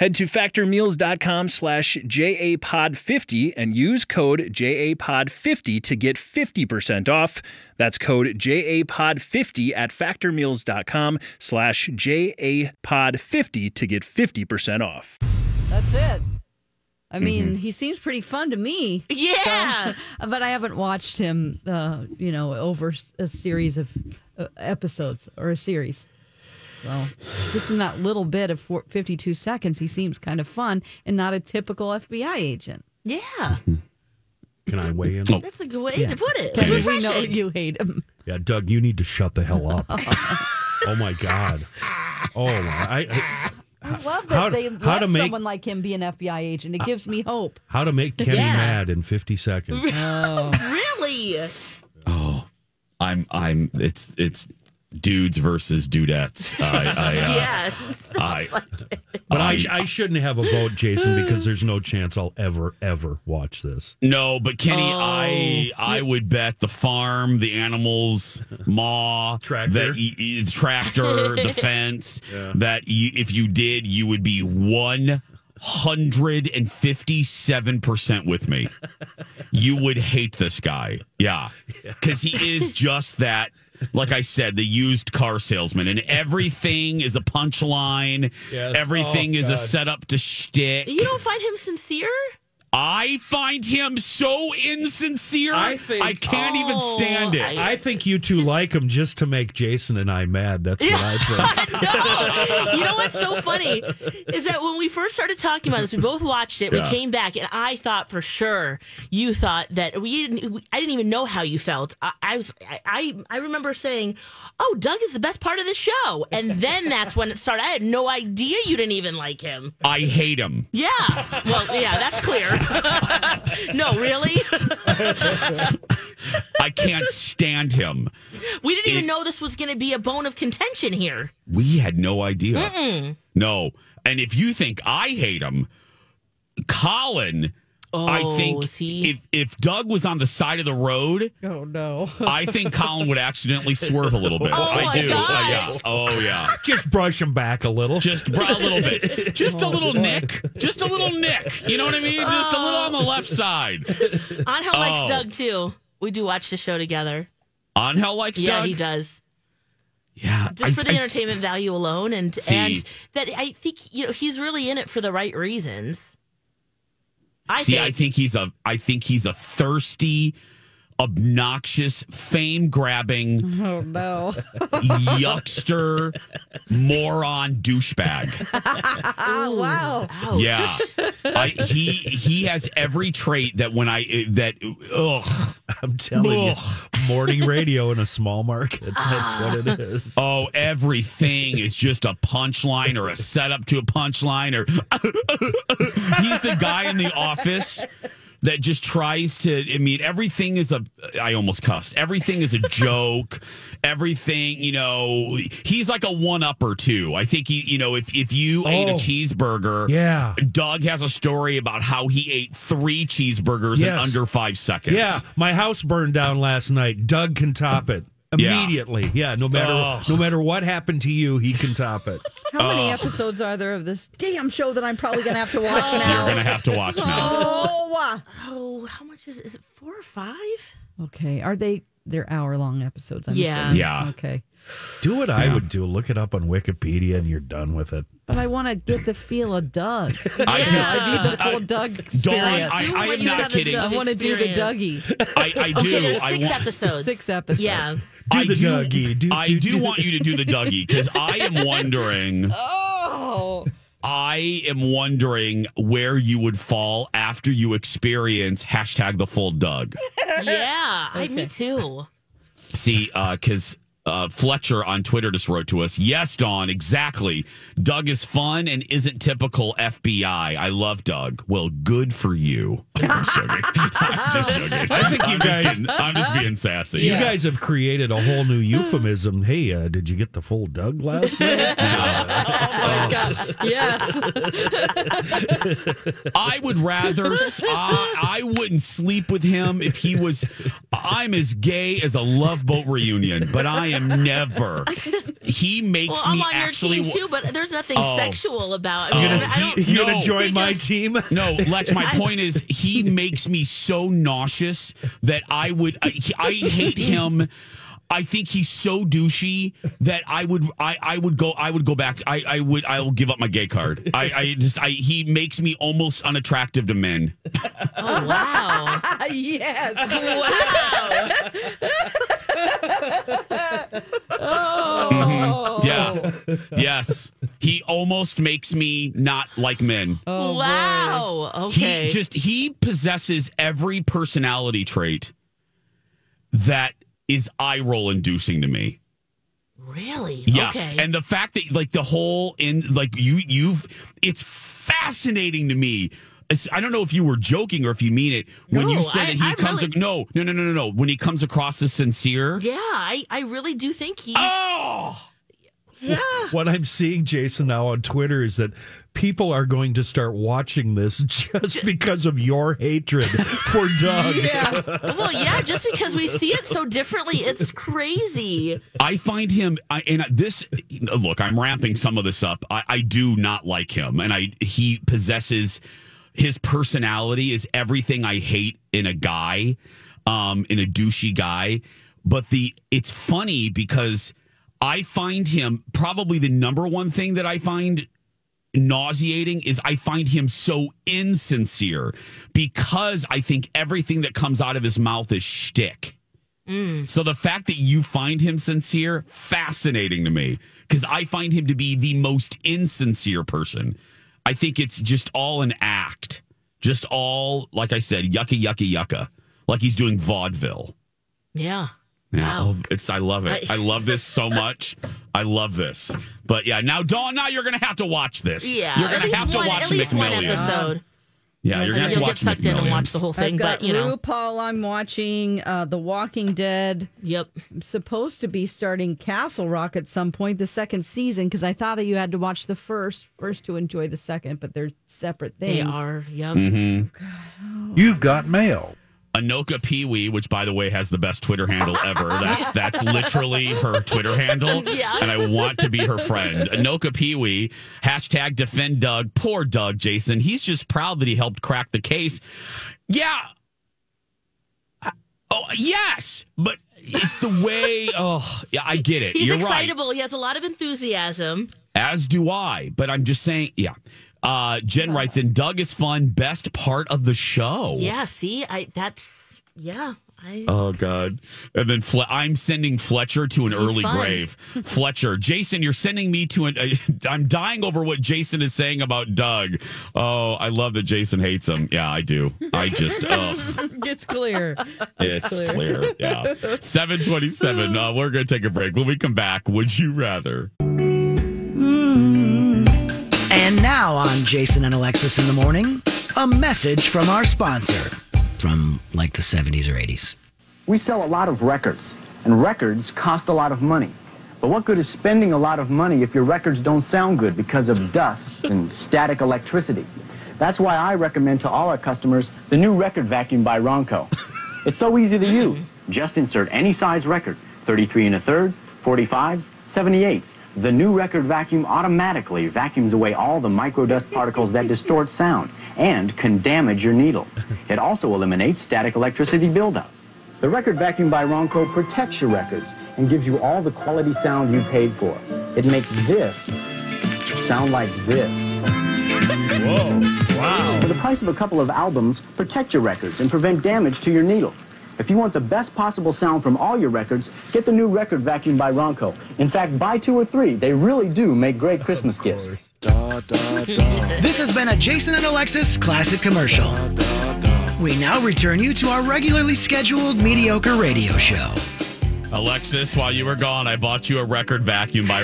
[SPEAKER 17] Head to factormeals.com slash JAPOD50 and use code JAPOD50 to get 50% off. That's code JAPOD50 at factormeals.com slash JAPOD50 to get 50% off.
[SPEAKER 7] That's it. I
[SPEAKER 16] Mm-hmm.
[SPEAKER 7] mean, he seems pretty fun to me.
[SPEAKER 1] Yeah.
[SPEAKER 7] So- Uh, but I haven't watched him, uh, you know, over s- a series of uh, episodes or a series. So just in that little bit of four, 52 seconds, he seems kind of fun and not a typical FBI agent.
[SPEAKER 1] Yeah.
[SPEAKER 8] Can I weigh in?
[SPEAKER 2] Oh,
[SPEAKER 1] That's a good way to put it.
[SPEAKER 7] Because
[SPEAKER 1] It's
[SPEAKER 7] we know
[SPEAKER 1] refreshing.
[SPEAKER 7] you hate him.
[SPEAKER 8] Yeah, Doug, you need to shut the hell up. oh my god. Oh my. I, I
[SPEAKER 7] Love that
[SPEAKER 8] how,
[SPEAKER 7] they
[SPEAKER 8] how
[SPEAKER 7] let
[SPEAKER 8] to make
[SPEAKER 7] someone like him be an FBI agent. It gives me hope.
[SPEAKER 8] how to make Kenny
[SPEAKER 7] Yeah.
[SPEAKER 8] mad in 50 seconds.
[SPEAKER 1] really?
[SPEAKER 2] Oh, I'm I'm it's it's dudes versus dudettes. I, I, uh,
[SPEAKER 1] Yeah.
[SPEAKER 2] I,
[SPEAKER 8] But I, I shouldn't have a vote, Jason, because there's no chance I'll ever ever watch this.
[SPEAKER 2] no, but Kenny, I
[SPEAKER 1] Oh.
[SPEAKER 2] I would bet the farm, the animals, maw,
[SPEAKER 8] Tractor.
[SPEAKER 2] that y- y- tractor, the fence. That y- if you did, you would be one hundred and fifty-seven percent with me. You would hate this guy, yeah, because he is just that. Like I said, the used car salesman, and everything is a punchline.
[SPEAKER 1] Yes.
[SPEAKER 2] Everything
[SPEAKER 1] Oh,
[SPEAKER 2] is a
[SPEAKER 1] God.
[SPEAKER 2] setup to shtick.
[SPEAKER 1] You don't find him sincere?
[SPEAKER 2] I find him so insincere. I, can't even
[SPEAKER 1] Oh.
[SPEAKER 2] stand it.
[SPEAKER 8] I think you two like him just to make Jason and I mad. That's what I think.
[SPEAKER 1] No. You know what's so funny is that when we first started talking about this, we both watched it.
[SPEAKER 8] Yeah.
[SPEAKER 1] We came back, and I thought for sure you thought that we didn't. We, I didn't even know how you felt. I, I was. I- I I remember saying, "Oh, Doug is the best part of the show," and then that's when it started. I had no idea you didn't even like him.
[SPEAKER 2] I hate him.
[SPEAKER 1] Yeah. Well, yeah, that's clear. no, really.
[SPEAKER 2] I can't stand him.
[SPEAKER 1] We didn't even know this was going to be a bone of contention here.
[SPEAKER 2] We had no idea.
[SPEAKER 1] Mm-mm.
[SPEAKER 2] No. And if you think I hate him, Colin, I
[SPEAKER 1] Oh,
[SPEAKER 2] think
[SPEAKER 1] is he-
[SPEAKER 2] if, if Doug was on the side of the road,
[SPEAKER 7] Oh, no.
[SPEAKER 2] I think Colin would accidentally swerve a little bit.
[SPEAKER 1] Oh,
[SPEAKER 2] I
[SPEAKER 1] my
[SPEAKER 2] do.
[SPEAKER 1] gosh.
[SPEAKER 2] Oh, yeah. Oh, yeah.
[SPEAKER 8] Just brush him back a little.
[SPEAKER 2] Just br- a little bit.
[SPEAKER 1] Oh,
[SPEAKER 2] Just a little nick. Just a little nick. You know what I mean? Just a little on the left side.
[SPEAKER 1] Angel
[SPEAKER 2] Oh.
[SPEAKER 1] likes Doug too. We do watch the show together.
[SPEAKER 2] On hell likes
[SPEAKER 1] yeah,
[SPEAKER 2] Doug.
[SPEAKER 1] he does.
[SPEAKER 2] Yeah.
[SPEAKER 1] Just
[SPEAKER 2] I-
[SPEAKER 1] for the
[SPEAKER 2] I-
[SPEAKER 1] entertainment value alone, and
[SPEAKER 2] See.
[SPEAKER 1] and that I think you know he's really in it for the right reasons. I
[SPEAKER 2] See,
[SPEAKER 1] think.
[SPEAKER 2] I think he's a I think he's a thirsty, obnoxious, fame grabbing
[SPEAKER 7] Oh, no.
[SPEAKER 2] yuckster moron douchebag.
[SPEAKER 7] oh, wow.
[SPEAKER 2] Yeah. I, he he has every trait that when I that ugh.
[SPEAKER 8] I'm telling
[SPEAKER 2] Ugh.
[SPEAKER 8] you, morning radio in a small market. That's what it is.
[SPEAKER 2] Oh, everything is just a punchline or a setup to a punchline or he's the guy in the office that just tries to I mean everything is a I almost cussed. Everything is a joke. everything, you know, he's like a one upper too. I think he, you know, if if you ate a
[SPEAKER 8] Oh.
[SPEAKER 2] cheeseburger,
[SPEAKER 8] Yeah.
[SPEAKER 2] Doug has a story about how he ate 3 cheeseburgers in
[SPEAKER 8] Yes.
[SPEAKER 2] under 5 seconds.
[SPEAKER 8] Yeah, my house burned down last night. Doug can top it
[SPEAKER 2] Yeah.
[SPEAKER 8] immediately. Yeah, no matter
[SPEAKER 2] Ugh.
[SPEAKER 8] no matter what happened to you, he can top it.
[SPEAKER 7] How many
[SPEAKER 8] Uh.
[SPEAKER 7] episodes are there of this damn show that I'm probably going to have to watch now?
[SPEAKER 2] You're going to have to watch now.
[SPEAKER 7] Oh, wow.
[SPEAKER 1] oh, how much is it? Is it four or five?
[SPEAKER 7] Okay. Are they they're hour long episodes? I'm
[SPEAKER 1] Yeah.
[SPEAKER 7] assuming.
[SPEAKER 2] Yeah.
[SPEAKER 7] Okay.
[SPEAKER 8] Do what I would do. Look it up on Wikipedia, and you're done with it.
[SPEAKER 7] But I want to get the feel of Doug.
[SPEAKER 2] I do.
[SPEAKER 7] I need the full Doug experience.
[SPEAKER 2] Uh, I- I am not kidding.
[SPEAKER 7] I want to do the Dougie.
[SPEAKER 2] I, I do.
[SPEAKER 1] Okay, there's
[SPEAKER 2] I
[SPEAKER 1] six
[SPEAKER 2] want-
[SPEAKER 1] episodes.
[SPEAKER 7] Six episodes.
[SPEAKER 1] Yeah.
[SPEAKER 8] Do
[SPEAKER 2] I
[SPEAKER 8] the
[SPEAKER 2] do,
[SPEAKER 8] Dougie. Do-
[SPEAKER 2] I
[SPEAKER 8] do-
[SPEAKER 2] do,
[SPEAKER 8] do-
[SPEAKER 2] want you to do the Dougie because I am wondering.
[SPEAKER 7] Oh.
[SPEAKER 2] I am wondering where you would fall after you experience hashtag the full Doug.
[SPEAKER 1] Yeah. I, me too.
[SPEAKER 2] See, because Uh, Fletcher on Twitter just wrote to us. Yes, Dawn, exactly. Doug is fun and isn't typical FBI. I love Doug. Well, good for you. I'm just joking. I'm just joking.
[SPEAKER 8] I think you
[SPEAKER 2] I'm
[SPEAKER 8] guys-
[SPEAKER 2] Just kidding. I'm just being sassy.
[SPEAKER 8] You guys have created a whole new euphemism. Hey, uh, did you get the full Doug last night?
[SPEAKER 7] yes.
[SPEAKER 2] I would rather. s- I, I wouldn't sleep with him if he was. I'm as gay as a love boat reunion, but I am never. He makes
[SPEAKER 1] Well, I'm
[SPEAKER 2] me
[SPEAKER 1] on your
[SPEAKER 2] actually.
[SPEAKER 1] team
[SPEAKER 2] wa-
[SPEAKER 1] too, but there's nothing
[SPEAKER 2] Oh.
[SPEAKER 1] sexual about. I mean, I don't.
[SPEAKER 2] he-
[SPEAKER 8] You gonna join my team?
[SPEAKER 2] No, Lex. My point is, he makes me so nauseous that I would. I, he- I hate him. I think he's so douchey that I would. I, I would go. I would go back. I, I would. I will give up my gay card. I, I just. I. He makes me almost unattractive to men.
[SPEAKER 7] Oh, wow. yes. Wow. oh.
[SPEAKER 2] Mhm. Yeah. Yes. He almost makes me not like men.
[SPEAKER 1] wow. Okay.
[SPEAKER 2] Oh, He just he possesses every personality trait that is eye roll inducing to me.
[SPEAKER 1] really.
[SPEAKER 2] Yeah.
[SPEAKER 1] Okay.
[SPEAKER 2] And the fact that like the whole in like you you've it's fascinating to me. It's- I don't know if you were joking or if you mean it when
[SPEAKER 1] No,
[SPEAKER 2] you said
[SPEAKER 1] I-
[SPEAKER 2] that he
[SPEAKER 1] I
[SPEAKER 2] comes
[SPEAKER 1] really-
[SPEAKER 2] ac- no no no no no no when he comes across as sincere.
[SPEAKER 1] yeah. I, I really do think he's.
[SPEAKER 2] Oh.
[SPEAKER 1] Yeah.
[SPEAKER 8] What I'm seeing, Jason, now on Twitter is that people are going to start watching this just because of your hatred for Doug.
[SPEAKER 1] well, yeah. Just because we see it so differently, it's crazy.
[SPEAKER 2] I find him, I, and this look. I'm ramping some of this up. I, I do not like him, and I he possesses his personality is everything I hate in a guy, um, in a douchey guy. But the it's funny because I find him probably the number one thing that I find nauseating is I find him so insincere because I think everything that comes out of his mouth is shtick. So the fact that you find him sincere, fascinating to me because I find him to be the most insincere person. I think it's just all an act, just all like I said, yucka yucka yucka, like he's doing vaudeville.
[SPEAKER 1] Yeah.
[SPEAKER 2] Yeah, oh, it's I love it. I love this so much. I love this. But yeah, now Dawn, now you're gonna have to watch this.
[SPEAKER 1] Yeah.
[SPEAKER 2] you're
[SPEAKER 1] at
[SPEAKER 2] gonna
[SPEAKER 1] least
[SPEAKER 2] have to
[SPEAKER 1] one-
[SPEAKER 2] watch
[SPEAKER 1] at least one
[SPEAKER 2] McMillions.
[SPEAKER 1] episode.
[SPEAKER 2] Yeah, you're gonna have to
[SPEAKER 1] You'll
[SPEAKER 2] watch
[SPEAKER 1] get sucked in and watch
[SPEAKER 2] McMillions.
[SPEAKER 1] the whole thing,
[SPEAKER 7] I've got
[SPEAKER 1] but you know.
[SPEAKER 7] RuPaul. I'm watching uh, The Walking Dead.
[SPEAKER 1] Yep.
[SPEAKER 7] I'm supposed to be starting Castle Rock at some point, the second season, because I thought you had to watch the first first to enjoy the second, but they're separate things.
[SPEAKER 1] They are. Yep.
[SPEAKER 2] Mm-hmm. You've got mail. Anoka Pee Wee, which by the way has the best Twitter handle ever. That's that's literally her Twitter handle,
[SPEAKER 1] Yeah.
[SPEAKER 2] and I want to be her friend. Anoka Pee Wee hashtag defend Doug. Poor Doug Jason. He's just proud that he helped crack the case. Yeah. I- Oh yes, but it's the way. Oh, yeah, I get it.
[SPEAKER 1] He's
[SPEAKER 2] You're right.
[SPEAKER 1] excitable. He has a lot of enthusiasm.
[SPEAKER 2] As do I, but I'm just saying, yeah. Uh, Jen writes in Doug is fun, best part of the show.
[SPEAKER 1] Yeah. See, I. That's. Yeah. I.
[SPEAKER 2] Oh God! And then Fle- I'm sending Fletcher to an
[SPEAKER 1] He's
[SPEAKER 2] early
[SPEAKER 1] fun.
[SPEAKER 2] grave. Fletcher, Jason, you're sending me to an. uh, I'm dying over what Jason is saying about Doug. Oh, I love that Jason hates him. Yeah, I do. I just. Oh,
[SPEAKER 7] Gets clear.
[SPEAKER 2] it's clear. Yeah. Seven twenty-seven. Uh, we're gonna take a break. When we come back, would you rather?
[SPEAKER 18] And now on Jason and Alexis in the morning, a message from our sponsor.
[SPEAKER 19] from like the 70s or 80s.
[SPEAKER 18] We sell a lot of records, and records cost a lot of money. But what good is spending a lot of money if your records don't sound good because of dust and static electricity? That's why I recommend to all our customers the new record vacuum by Ronco. It's so easy to use. Just insert any size record 33 and a third, 45s, 78s. The new record vacuum automatically vacuums away all the micro dust particles that distort sound and can damage your needle. It also eliminates static electricity buildup. The record vacuum by Ronco protects your records and gives you all the quality sound you paid for. It makes this sound like this. Whoa, wow. For the price of a couple of albums, protect your records and prevent damage to your needle. If you want the best possible sound from all your records, get the new record vacuum by Ronco. In fact, buy two or three. They really do make great Christmas gifts.
[SPEAKER 19] This has been a Jason and Alexis classic commercial. We now return you to our regularly scheduled mediocre radio show.
[SPEAKER 2] Alexis, while you were gone, I bought you a record vacuum by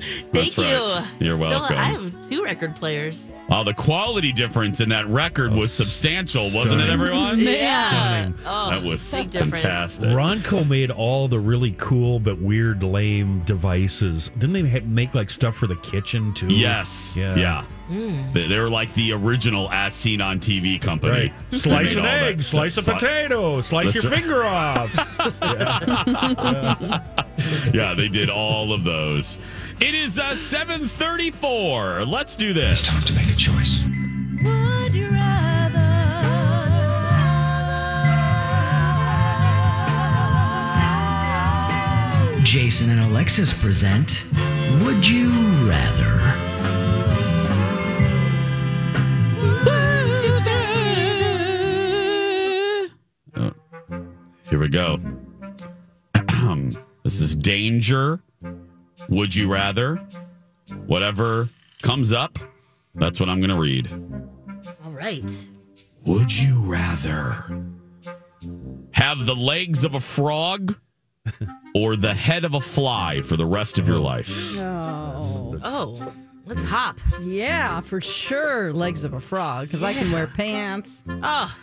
[SPEAKER 1] Thank
[SPEAKER 2] That's right.
[SPEAKER 1] you.
[SPEAKER 2] You're
[SPEAKER 1] Still,
[SPEAKER 2] welcome.
[SPEAKER 1] I have two record players.
[SPEAKER 2] Wow, the quality difference in that record was substantial, wasn't it, everyone?
[SPEAKER 1] Yeah. Oh,
[SPEAKER 2] That was
[SPEAKER 1] big difference.
[SPEAKER 2] fantastic.
[SPEAKER 8] Ronco made all the really cool but weird, lame devices. Didn't they ha- make like stuff for the kitchen too?
[SPEAKER 2] Yes. Yeah.
[SPEAKER 1] Hmm.
[SPEAKER 2] They, they were like the original as seen on TV company.
[SPEAKER 8] Right. Slice
[SPEAKER 2] They
[SPEAKER 8] an
[SPEAKER 2] made all that
[SPEAKER 8] egg,
[SPEAKER 2] stuff.
[SPEAKER 8] slice a
[SPEAKER 2] Sli-
[SPEAKER 8] potato, slice
[SPEAKER 2] That's
[SPEAKER 8] your
[SPEAKER 2] right.
[SPEAKER 8] finger off.
[SPEAKER 2] yeah, they did all of those. It is uh, 734. Let's do this. It's time to make a choice.
[SPEAKER 19] Jason and Alexis present Would You Rather?
[SPEAKER 2] Oh, Here we go. Um, this is danger. Would you rather? Whatever comes up, that's what I'm going to read.
[SPEAKER 1] All right.
[SPEAKER 2] Would you rather have the legs of a frog or the head of a fly for the rest of your life?
[SPEAKER 7] Oh.
[SPEAKER 1] Oh, let's hop.
[SPEAKER 7] Yeah, for sure. Legs of a frog, because I can wear pants.
[SPEAKER 1] Oh,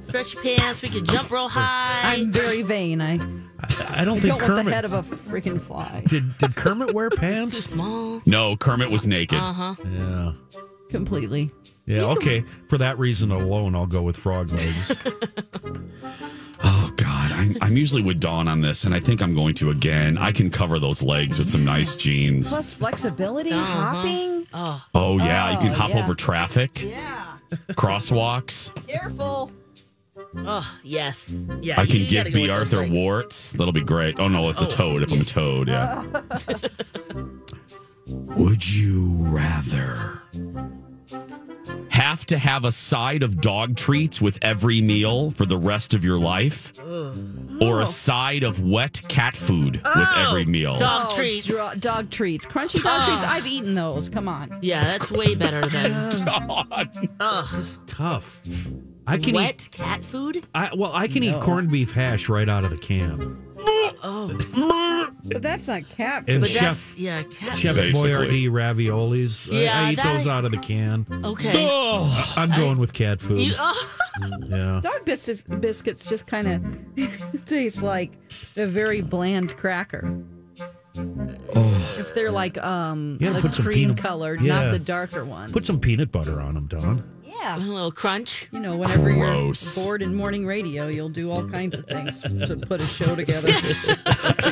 [SPEAKER 1] stretch your pants. We can jump real high.
[SPEAKER 7] I'm very vain. I,
[SPEAKER 8] I don't
[SPEAKER 7] I
[SPEAKER 8] think
[SPEAKER 7] don't want the
[SPEAKER 8] Kermit-
[SPEAKER 7] head of a freaking fly.
[SPEAKER 8] Did did Kermit wear pants?
[SPEAKER 1] Too small.
[SPEAKER 2] No, Kermit was naked.
[SPEAKER 7] huh.
[SPEAKER 8] Yeah.
[SPEAKER 7] Completely.
[SPEAKER 8] Yeah, okay. For that reason alone, I'll go with frog legs.
[SPEAKER 2] Oh, God. I'm, I'm usually with Dawn on this, and I think I'm going to again. I can cover those legs with some nice jeans.
[SPEAKER 7] Plus flexibility,
[SPEAKER 1] Uh-huh.
[SPEAKER 7] hopping.
[SPEAKER 1] Oh,
[SPEAKER 2] Oh, yeah. you can
[SPEAKER 7] Oh,
[SPEAKER 2] hop
[SPEAKER 7] yeah.
[SPEAKER 2] over traffic,
[SPEAKER 7] Yeah.
[SPEAKER 2] crosswalks.
[SPEAKER 7] Careful.
[SPEAKER 1] Oh, yes. Yeah.
[SPEAKER 2] I
[SPEAKER 1] you-
[SPEAKER 2] can
[SPEAKER 1] you
[SPEAKER 2] give
[SPEAKER 1] gotta go
[SPEAKER 2] B.
[SPEAKER 1] with those
[SPEAKER 2] Arthur
[SPEAKER 1] legs.
[SPEAKER 2] warts. That'll be great. Oh, no, it's a toad if I'm a toad. Yeah. Would you rather have to have a side of dog treats with every meal for the rest of your life or a side of wet cat food with every meal?
[SPEAKER 7] Oh, dro- dog treats. Crunchy dog treats. I've eaten those. Come on.
[SPEAKER 1] Yeah, that's way better than. Ugh.
[SPEAKER 8] Tough. I can
[SPEAKER 1] wet
[SPEAKER 8] eat.
[SPEAKER 1] cat food.
[SPEAKER 8] I, well, I can eat corned beef hash right out of the can.
[SPEAKER 1] Oh,
[SPEAKER 7] But that's not cat food.
[SPEAKER 8] And
[SPEAKER 1] but
[SPEAKER 8] chef-
[SPEAKER 1] that's yeah, cat.
[SPEAKER 8] Chef
[SPEAKER 2] Basically.
[SPEAKER 8] Boyardee raviolis. I- I,
[SPEAKER 1] Yeah,
[SPEAKER 8] eat
[SPEAKER 1] that-
[SPEAKER 8] those out of the can.
[SPEAKER 1] Okay.
[SPEAKER 8] I- I'm going with cat food.
[SPEAKER 1] You, oh,
[SPEAKER 8] yeah.
[SPEAKER 7] Dog biscuits, biscuits just kind of taste like a very bland cracker. If they're like um
[SPEAKER 8] Yeah,
[SPEAKER 7] like
[SPEAKER 8] Oh. put some
[SPEAKER 7] cream
[SPEAKER 8] peanut-
[SPEAKER 7] colored,
[SPEAKER 8] yeah.
[SPEAKER 7] not the darker one.
[SPEAKER 8] Put some peanut butter on them, Don.
[SPEAKER 7] Yeah.
[SPEAKER 1] a little crunch.
[SPEAKER 7] You know, whenever
[SPEAKER 8] Gross.
[SPEAKER 7] you're bored in morning radio, you'll do all kinds of things to put a show together.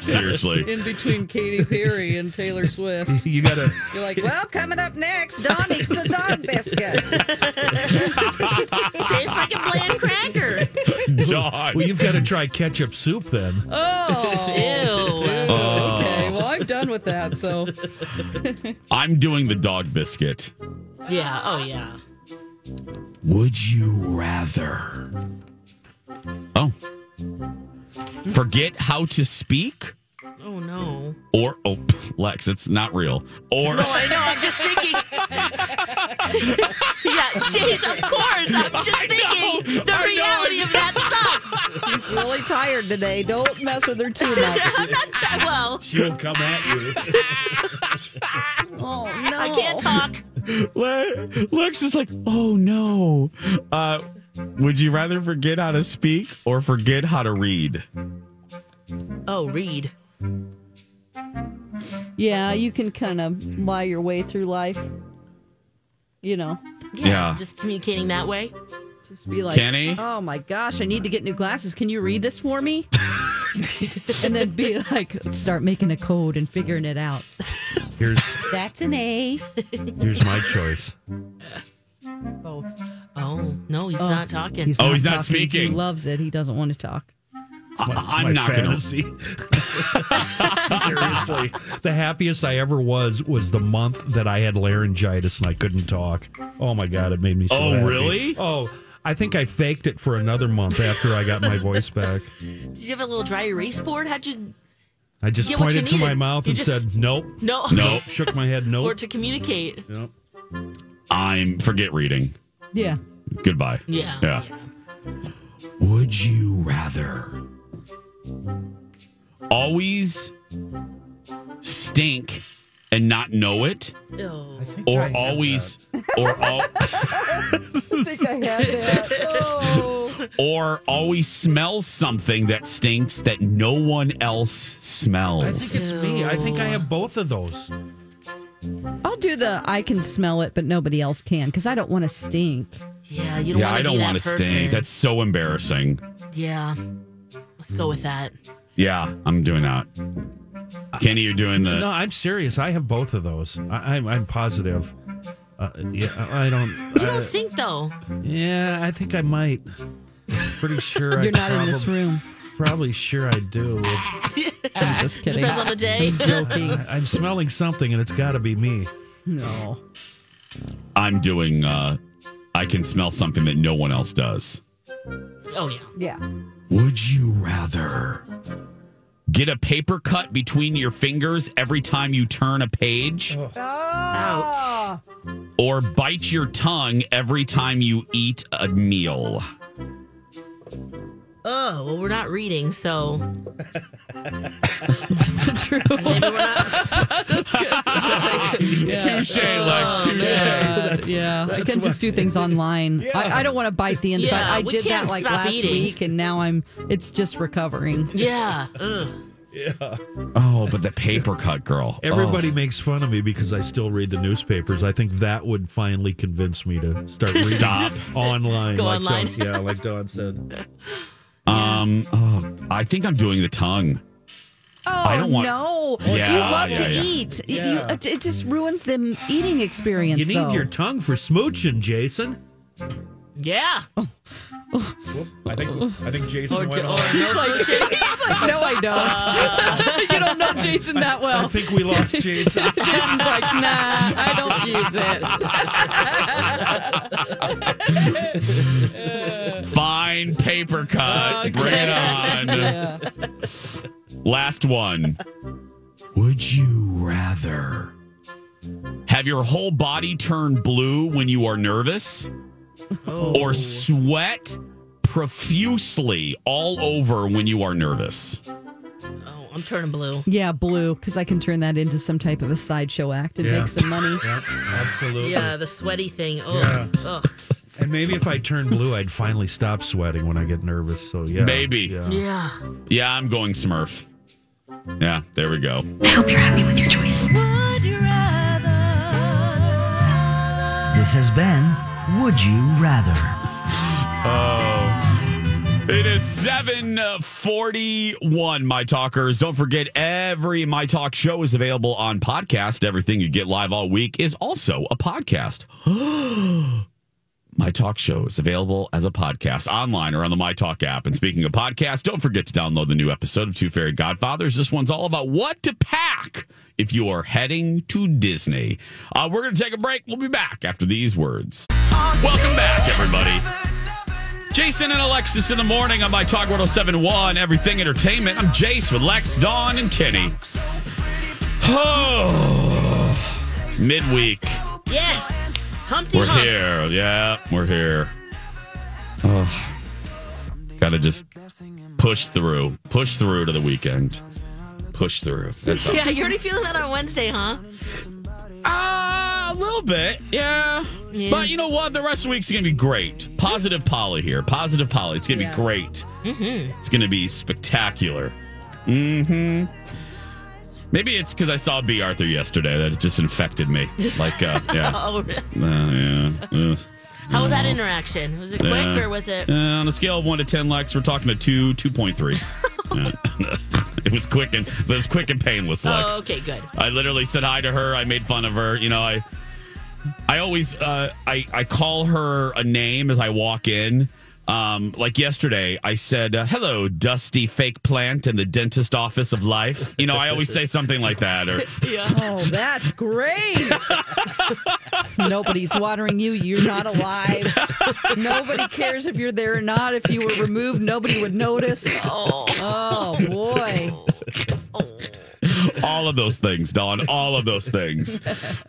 [SPEAKER 2] Seriously.
[SPEAKER 7] In between Katy Perry and Taylor Swift.
[SPEAKER 8] You gotta.
[SPEAKER 7] You're like, well, coming up next, Don eats a dog biscuit.
[SPEAKER 1] Tastes like a bland cracker.
[SPEAKER 2] Don.
[SPEAKER 8] Well, you've got to try ketchup soup then.
[SPEAKER 7] Oh.
[SPEAKER 1] Ew.
[SPEAKER 2] Oh.
[SPEAKER 7] Okay, well, I'm done with that. So,
[SPEAKER 2] I'm doing the dog biscuit.
[SPEAKER 1] Yeah. Oh yeah.
[SPEAKER 2] Would you rather? Oh. Forget how to speak
[SPEAKER 1] Oh no.
[SPEAKER 2] or, oh, Lex, it's not real. Or.
[SPEAKER 1] No, Oh, I know. I'm just thinking. yeah, jeez, of course. I'm just thinking. the reality of that sucks.
[SPEAKER 7] she's really tired today. Don't mess with her too much.
[SPEAKER 1] I'm not. T- well,
[SPEAKER 8] She'll come at you.
[SPEAKER 7] Oh, no.
[SPEAKER 1] I can't talk.
[SPEAKER 2] Le- Lex is like, oh no. Uh, would you rather forget how to speak or forget how to read?
[SPEAKER 1] Oh, read.
[SPEAKER 7] Yeah, you can kind of lie your way through life. You know,
[SPEAKER 1] Yeah.
[SPEAKER 2] Yeah.
[SPEAKER 1] Just communicating that way.
[SPEAKER 7] just be like,
[SPEAKER 2] Kenny?
[SPEAKER 7] oh my gosh, I need to get new glasses. Can you read this for me? and then be like, start making a code and figuring it out.
[SPEAKER 8] Here's
[SPEAKER 7] That's an A.
[SPEAKER 8] here's my choice.
[SPEAKER 7] Both.
[SPEAKER 1] Oh no, he's
[SPEAKER 7] Oh,
[SPEAKER 1] not talking.
[SPEAKER 2] Oh, he's not
[SPEAKER 7] He
[SPEAKER 2] speaking.
[SPEAKER 7] loves it. He doesn't want to talk.
[SPEAKER 8] It's my- it's
[SPEAKER 2] I'm
[SPEAKER 8] my
[SPEAKER 2] not gonna-
[SPEAKER 8] fantasy. Seriously, the happiest I ever was was the month that I had laryngitis and I couldn't talk. Oh my god, it made me. so
[SPEAKER 2] Oh,
[SPEAKER 8] happy.
[SPEAKER 2] really?
[SPEAKER 8] Oh, I think I faked it for another month after I got my voice back.
[SPEAKER 1] Did you have a little dry erase board? How'd you?
[SPEAKER 8] I just
[SPEAKER 1] Get what you
[SPEAKER 8] pointed to my
[SPEAKER 1] needed.
[SPEAKER 8] mouth
[SPEAKER 1] You
[SPEAKER 8] and
[SPEAKER 1] just-
[SPEAKER 8] said, "Nope,
[SPEAKER 1] No.
[SPEAKER 2] Nope.
[SPEAKER 8] Shook my head,
[SPEAKER 1] or
[SPEAKER 8] nope.
[SPEAKER 1] to communicate.
[SPEAKER 8] Nope.
[SPEAKER 2] I'm forget reading.
[SPEAKER 7] Yeah.
[SPEAKER 2] Goodbye.
[SPEAKER 1] Yeah.
[SPEAKER 2] Yeah. Would you rather always stink and not know it? Or always or all
[SPEAKER 7] think I had that. Oh.
[SPEAKER 2] or always smell something that stinks that no one else smells.
[SPEAKER 8] I think it's me. I think I have both of those.
[SPEAKER 7] I'll do the I can smell it, but nobody else can because I don't want to stink.
[SPEAKER 1] Yeah, you don't
[SPEAKER 2] yeah,
[SPEAKER 1] want
[SPEAKER 2] I
[SPEAKER 1] to
[SPEAKER 2] don't
[SPEAKER 1] be
[SPEAKER 2] want
[SPEAKER 1] that
[SPEAKER 2] to
[SPEAKER 1] person.
[SPEAKER 2] stink. That's so embarrassing.
[SPEAKER 1] yeah. Let's go with that.
[SPEAKER 2] Yeah, I'm doing that. Kenny, you're doing the.
[SPEAKER 8] No, I'm serious. I have both of those. I, I'm, I'm positive. Uh, yeah, I I don't.
[SPEAKER 1] You
[SPEAKER 8] I-
[SPEAKER 2] Uh,
[SPEAKER 1] don't stink though.
[SPEAKER 8] Yeah, I think I might. Pretty sure I
[SPEAKER 1] You're not in this
[SPEAKER 8] probab-
[SPEAKER 1] room.
[SPEAKER 8] Probably sure I do.
[SPEAKER 1] I'm
[SPEAKER 7] just
[SPEAKER 8] kidding.
[SPEAKER 1] Depends on the day.
[SPEAKER 8] I'm joking. I, am smelling something, and it's got to be me.
[SPEAKER 7] No.
[SPEAKER 2] I'm doing. uh I can smell something that no one else does.
[SPEAKER 1] Oh yeah.
[SPEAKER 7] Yeah.
[SPEAKER 2] Would you rather get a paper cut between your fingers every time you turn a page,
[SPEAKER 7] Ouch.
[SPEAKER 2] or bite your tongue every time you eat a meal?
[SPEAKER 1] Oh, well, we're not reading, so. True. Maybe we're not. That's good.
[SPEAKER 2] Touche, Lex. Touche.
[SPEAKER 7] That's- yeah, I can just do things online. I, I don't want to bite the inside.
[SPEAKER 1] Yeah,
[SPEAKER 7] I
[SPEAKER 1] we
[SPEAKER 7] did that
[SPEAKER 1] can't
[SPEAKER 7] like
[SPEAKER 1] stop
[SPEAKER 7] last
[SPEAKER 1] eating.
[SPEAKER 7] week, and now I'm. It's just recovering.
[SPEAKER 1] Yeah. Ugh.
[SPEAKER 8] Yeah.
[SPEAKER 2] Oh, but the paper cut girl.
[SPEAKER 8] Everybody makes fun of me because I still read the newspapers. I think that would finally convince me to start reading
[SPEAKER 2] Stop.
[SPEAKER 8] online.
[SPEAKER 2] Go
[SPEAKER 8] like
[SPEAKER 2] online.
[SPEAKER 8] Don, yeah, like Don said.
[SPEAKER 2] Um, oh, I think I'm doing the tongue.
[SPEAKER 7] Oh
[SPEAKER 2] I don't want-
[SPEAKER 7] no!
[SPEAKER 2] Yeah,
[SPEAKER 7] you love
[SPEAKER 2] yeah,
[SPEAKER 7] to
[SPEAKER 2] yeah.
[SPEAKER 7] eat. You- you- it- it just ruins the eating experience.
[SPEAKER 8] You need
[SPEAKER 7] though.
[SPEAKER 8] your tongue for smooching, Jason.
[SPEAKER 1] Yeah.
[SPEAKER 8] I think I think Jason
[SPEAKER 1] Or-
[SPEAKER 8] went
[SPEAKER 1] or
[SPEAKER 8] on.
[SPEAKER 1] Oh, no sushi.
[SPEAKER 7] He's like, no, I don't. you don't know Jason that well.
[SPEAKER 8] I think we lost Jason.
[SPEAKER 7] Jason's like, nah, I don't use it.
[SPEAKER 2] Fine paper cut. Bring it on. Last one. Would you rather have your whole body turn blue when you are nervous or sweat profusely all over when you are nervous?
[SPEAKER 1] Oh, I'm turning blue.
[SPEAKER 7] Yeah, blue, because I can turn that into some type of a sideshow act and
[SPEAKER 8] Yeah.
[SPEAKER 7] make some money.
[SPEAKER 8] Absolutely.
[SPEAKER 1] Yeah, the sweaty thing. Oh,
[SPEAKER 8] Yeah.
[SPEAKER 1] ugh.
[SPEAKER 8] And maybe if I turn blue, I'd finally stop sweating when I get nervous. So yeah,
[SPEAKER 2] Maybe.
[SPEAKER 8] Yeah.
[SPEAKER 1] yeah.
[SPEAKER 2] Yeah, I'm going Smurf. Yeah, there we go.
[SPEAKER 20] I hope you're happy with your choice.
[SPEAKER 19] This has been Would You Rather?
[SPEAKER 2] Oh. It is 741, My Talkers. Don't forget, every My Talk show is available on podcast. Everything you get live all week is also a podcast. My Talk show is available as a podcast online or on the My Talk app. And speaking of podcasts, don't forget to download the new episode of Two Fairy Godfathers. This one's all about what to pack if you are heading to Disney. Uh, we're going to take a break. We'll be back after these words. Welcome back, everybody. Jason and Alexis in the morning on my Talk 1071, Everything Entertainment. I'm Jace with Lex, Dawn, and Kenny. Oh, midweek.
[SPEAKER 1] Yes. Humpty
[SPEAKER 2] We're
[SPEAKER 1] Hump.
[SPEAKER 2] here. Yeah, we're here. Oh, gotta just push through. Push through to the weekend. Push through. That's all.
[SPEAKER 1] Yeah, you're already feeling that on Wednesday, huh?
[SPEAKER 2] Ah, a little bit. Yeah.
[SPEAKER 1] Yeah.
[SPEAKER 2] But you know what? The rest of the week's gonna be great. Positive Polly here. Positive Polly. It's gonna
[SPEAKER 1] Yeah.
[SPEAKER 2] be great.
[SPEAKER 1] Mm-hmm.
[SPEAKER 2] It's going to be spectacular. hmm Maybe it's because I saw B. Arthur yesterday that it just infected me. Like, uh, yeah.
[SPEAKER 1] oh, really?
[SPEAKER 2] Uh, yeah. Uh,
[SPEAKER 1] How was that
[SPEAKER 2] uh,
[SPEAKER 1] interaction? Was it quick
[SPEAKER 2] yeah.
[SPEAKER 1] or was it?
[SPEAKER 2] Uh, on a scale of 1 to 10 Lex, we're talking to 2, 2.3. Yeah. it was quick and it was quick and painless, Lex.
[SPEAKER 1] Oh, okay, good.
[SPEAKER 2] I literally said hi to her. I made fun of her. You know, I I always uh, I I call her a name as I walk in. Um, like yesterday, I said, uh, "Hello, dusty fake plant in the dentist office of life." You know, I always say something like that. Or
[SPEAKER 7] Oh, that's great. Nobody's watering you. You're not alive. Nobody cares if you're there or not. If you were removed, nobody would notice.
[SPEAKER 1] Oh,
[SPEAKER 7] oh boy.
[SPEAKER 2] all of those things, Don. All of those things.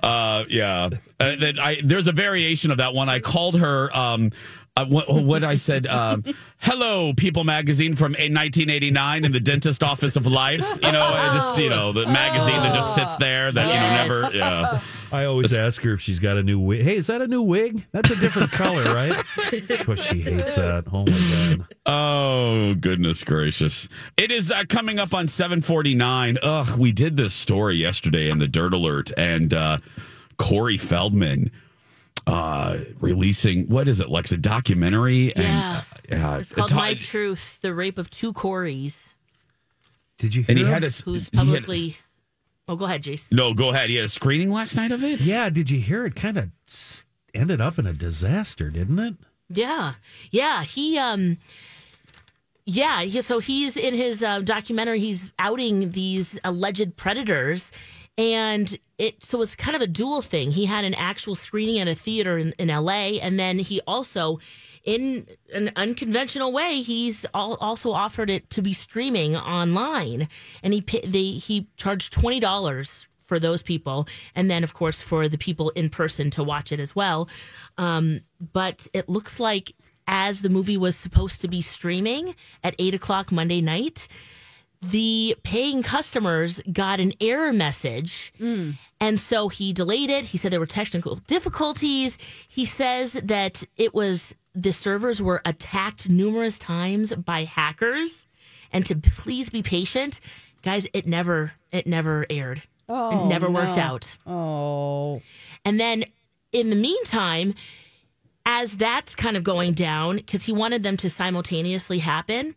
[SPEAKER 2] Uh, yeah. Uh, then I, there's a variation of that one. I called her um, Uh, what, what I said, um, hello, People magazine from a- 1989 in the dentist office of life. You know, I just, you know, the magazine that just sits there that, you know, never. Yeah.
[SPEAKER 8] I always ask her if she's got a new wig. Hey, is that a new wig? That's a different color, right? Gosh, she hates that. Oh my god.
[SPEAKER 2] Oh goodness gracious! It is uh, coming up on seven forty nine. Ugh, we did this story yesterday in the Dirt Alert, and uh, Corey Feldman uh, releasing what is it, Lex, a documentary?
[SPEAKER 1] Yeah.
[SPEAKER 2] and, uh, uh,
[SPEAKER 1] It's called
[SPEAKER 2] ta-
[SPEAKER 1] My Truth: The Rape of Two Corys.
[SPEAKER 8] Did you? Hear
[SPEAKER 2] And he had a
[SPEAKER 1] who's
[SPEAKER 2] he had a-
[SPEAKER 1] publicly. oh, go ahead, Jason.
[SPEAKER 2] no, go ahead. He had a screening last night of it.
[SPEAKER 8] Yeah. Did you hear it? Kind of ended up in a disaster, didn't it?
[SPEAKER 1] Yeah, yeah. He, um, yeah. He, so he's in his uh, documentary. He's outing these alleged predators, and it. So it's kind of a dual thing. He had an actual screening at a theater in, in L.A., and then he also, in an unconventional way, he's al- also offered it to be streaming online, and he pa- they, he charged twenty dollars for those people and then of course for the people in person to watch it as well um, but it looks like as the movie was supposed to be streaming at 8 o'clock monday night the paying customers got an error message
[SPEAKER 7] Mm.
[SPEAKER 1] and so he delayed it he said there were technical difficulties he says that it was the servers were attacked numerous times by hackers and to please be patient guys it never it never aired
[SPEAKER 7] Oh,
[SPEAKER 1] it never worked
[SPEAKER 7] no.
[SPEAKER 1] out. Oh. And then in the meantime, as that's kind of going down, because he wanted them to simultaneously happen,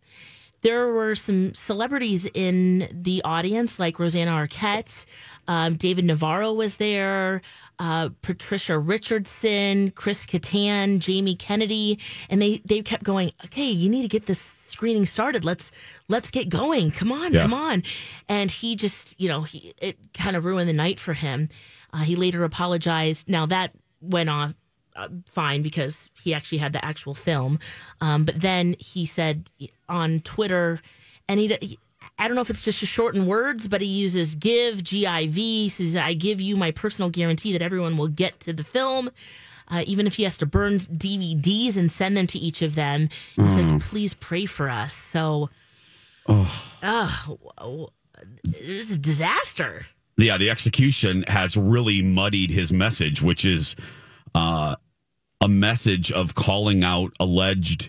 [SPEAKER 1] there were some celebrities in the audience, like Rosanna Arquette, um, David Navarro was there, uh, Patricia Richardson, Chris Kattan, Jamie Kennedy, and they they kept going. Okay, you need to get this screening started. Let's let's get going. Come on,
[SPEAKER 2] Yeah.
[SPEAKER 1] come on. And he just, you know, he it kind of ruined the night for him. Uh, he later apologized. Now that went off uh, fine because he actually had the actual film. Um, but then he said on Twitter, and he, he- I don't know if it's just shortened words, but he uses give, G I V. He says, I give you my personal guarantee that everyone will get to the film. Uh, even if he has to burn DVDs and send them to each of them, he says,
[SPEAKER 2] Mm.
[SPEAKER 1] please pray for us. So, oh, it's a disaster.
[SPEAKER 2] Yeah, the execution has really muddied his message, which is uh, a message of calling out alleged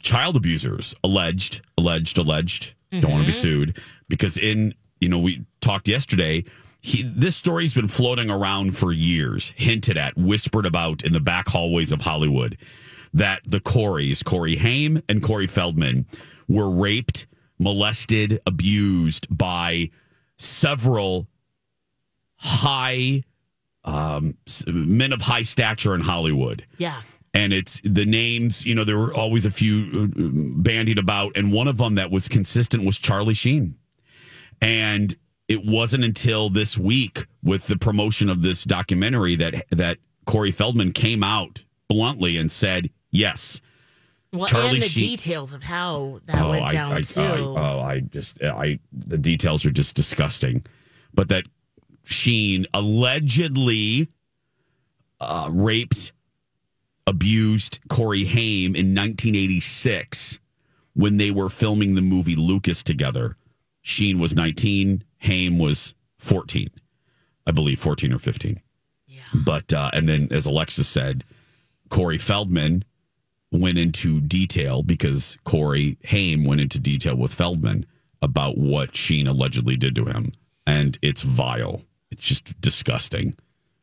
[SPEAKER 2] child abusers, alleged, alleged, alleged. Don't want to be
[SPEAKER 21] Mhm.
[SPEAKER 2] sued because in you know we talked yesterday. He, this story's been floating around for years, hinted at, whispered about in the back hallways of Hollywood, that the Coreys, Corey Haim and Corey Feldman, were raped, molested, abused by several high um, s- men of high stature in Hollywood.
[SPEAKER 1] Yeah.
[SPEAKER 2] And it's the names, you know, there were always a few uh, bandied about. And one of them that was consistent was Charlie Sheen. And it wasn't until this week with the promotion of this documentary that, that Corey Feldman came out bluntly and said, yes.
[SPEAKER 1] Well,
[SPEAKER 2] Charlie
[SPEAKER 1] and the
[SPEAKER 2] Sheen-
[SPEAKER 1] details of how that went down,
[SPEAKER 2] Oh, I,
[SPEAKER 1] too.
[SPEAKER 2] I, oh, I just, I, the details are just disgusting. But that Sheen allegedly uh, raped, abused Corey Haim in 1986 when they were filming the movie Lucas together. Sheen was 19, Haim was 14, I believe, 14 or 15. Yeah. But, uh, and then as Alexis said, Corey Feldman went into detail because Corey Haim went into detail with Feldman about what Sheen allegedly did to him. And it's vile. It's just disgusting.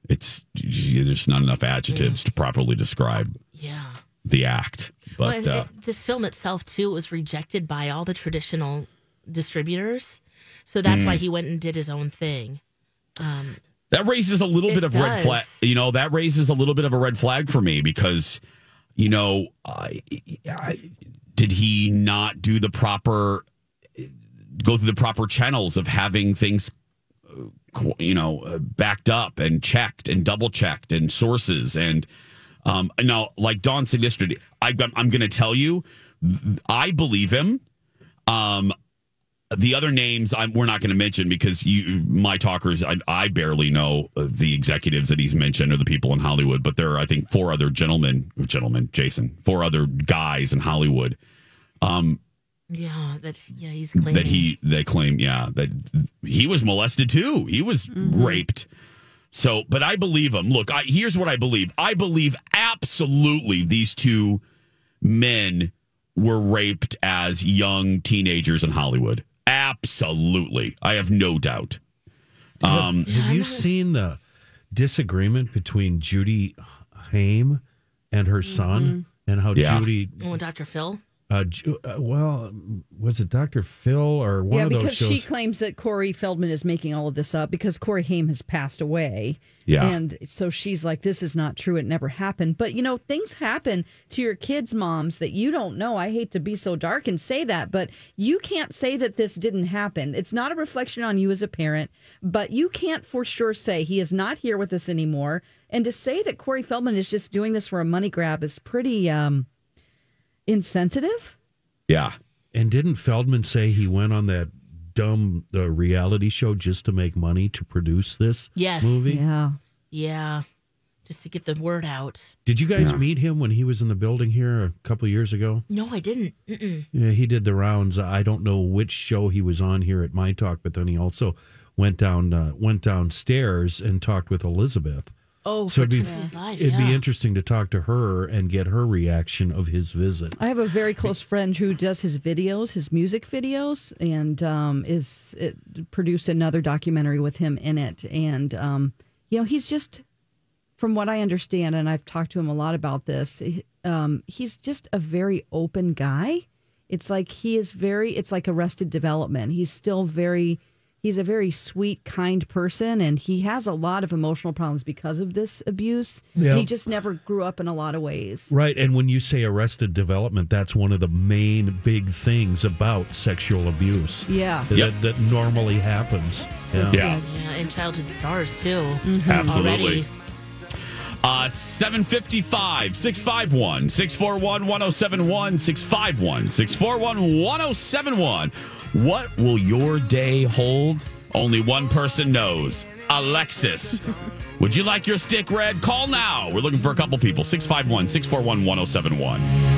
[SPEAKER 2] It's there's not enough adjectives to properly describe
[SPEAKER 1] yeah.
[SPEAKER 2] the act.
[SPEAKER 1] well,
[SPEAKER 2] But
[SPEAKER 1] and
[SPEAKER 2] uh,
[SPEAKER 1] it- this film itself too was rejected by all the traditional distributors, so that's why
[SPEAKER 2] Mm.
[SPEAKER 1] he went and did his own thing. Um,
[SPEAKER 2] that raises a little
[SPEAKER 1] It
[SPEAKER 2] bit of red
[SPEAKER 1] does.
[SPEAKER 2] flag. You know, that raises a little bit of a red flag for me because, you know, I, I, did he not do the proper, go through the proper channels of having things, uh, qu- you know, uh, backed up and checked and double checked and sources and. Um, now, like Don said yesterday, I, I'm going to tell you, th- I believe him. Um, the other names I'm, we're not going to mention because you, my talkers, I, I barely know uh, the executives that he's mentioned or the people in Hollywood, but there are, I think, four other gentlemen, gentlemen, Jason, four other guys in Hollywood um,
[SPEAKER 1] Yeah, that's yeah. He's claiming
[SPEAKER 2] that he that claim, yeah, that he was molested too. He was raped. So, but I believe him. Look, I, here's what I believe. I believe absolutely these two men were raped as young teenagers in Hollywood. Absolutely, I have no doubt. Um,
[SPEAKER 8] Have you seen the disagreement between Judy Haim and her son,
[SPEAKER 7] Mm-hmm.
[SPEAKER 8] and how
[SPEAKER 2] Yeah.
[SPEAKER 8] Judy?
[SPEAKER 1] Oh, Dr. Phil.
[SPEAKER 8] Uh, Ju- uh, well, was it Dr. Phil or one
[SPEAKER 7] yeah,
[SPEAKER 8] of those
[SPEAKER 7] because
[SPEAKER 8] shows?
[SPEAKER 7] she claims that Corey Feldman is making all of this up because Corey Haim has passed away.
[SPEAKER 8] Yeah.
[SPEAKER 7] And so she's like, this is not true. It never happened. But, you know, things happen to your kids' moms that you don't know. I hate to be so dark and say that, but you can't say that this didn't happen. It's not a reflection on you as a parent, but you can't for sure say he is not here with us anymore. And to say that Corey Feldman is just doing this for a money grab is pretty um, insensitive.
[SPEAKER 2] yeah.
[SPEAKER 8] And didn't Feldman say he went on that dumb uh, reality show just to make money to produce this
[SPEAKER 1] Yes.
[SPEAKER 8] movie?
[SPEAKER 7] Yeah.
[SPEAKER 1] Yeah. Just to get the word out.
[SPEAKER 8] Did you guys meet him when he was in the building here a couple years ago?
[SPEAKER 1] No, I didn't. Mm-mm.
[SPEAKER 8] Yeah, he did the rounds. I don't know which show he was on here at my talk, but then he also went down uh, went downstairs and talked with Elizabeth.
[SPEAKER 1] Oh, for Tootsie's Life,
[SPEAKER 8] it'd be
[SPEAKER 1] yeah.
[SPEAKER 8] interesting to talk to her and get her reaction of his visit.
[SPEAKER 7] I have a very close friend who does his videos, his music videos, and um, is it produced another documentary with him in it. And um, you know, he's just, from what I understand, and I've talked to him a lot about this. he- Um, he's just a very open guy. It's like he is very. It's like Arrested Development. He's still very. He's a very sweet, kind person, and he has a lot of emotional problems because of this abuse.
[SPEAKER 8] Yeah.
[SPEAKER 7] And he just never grew up in a lot of ways.
[SPEAKER 8] Right, and when you say arrested development, that's one of the main big things about sexual abuse.
[SPEAKER 7] Yeah.
[SPEAKER 8] that,
[SPEAKER 1] Yep.
[SPEAKER 8] that normally happens.
[SPEAKER 1] So good. yeah. And childhood stars, too. Already.
[SPEAKER 2] Absolutely. Uh, 755 651 641 1071 651 641 1071. What will your day hold? Only one person knows Alexis. oh Would you like your stick red? Call now. We're looking for a couple people. 651 641 1071.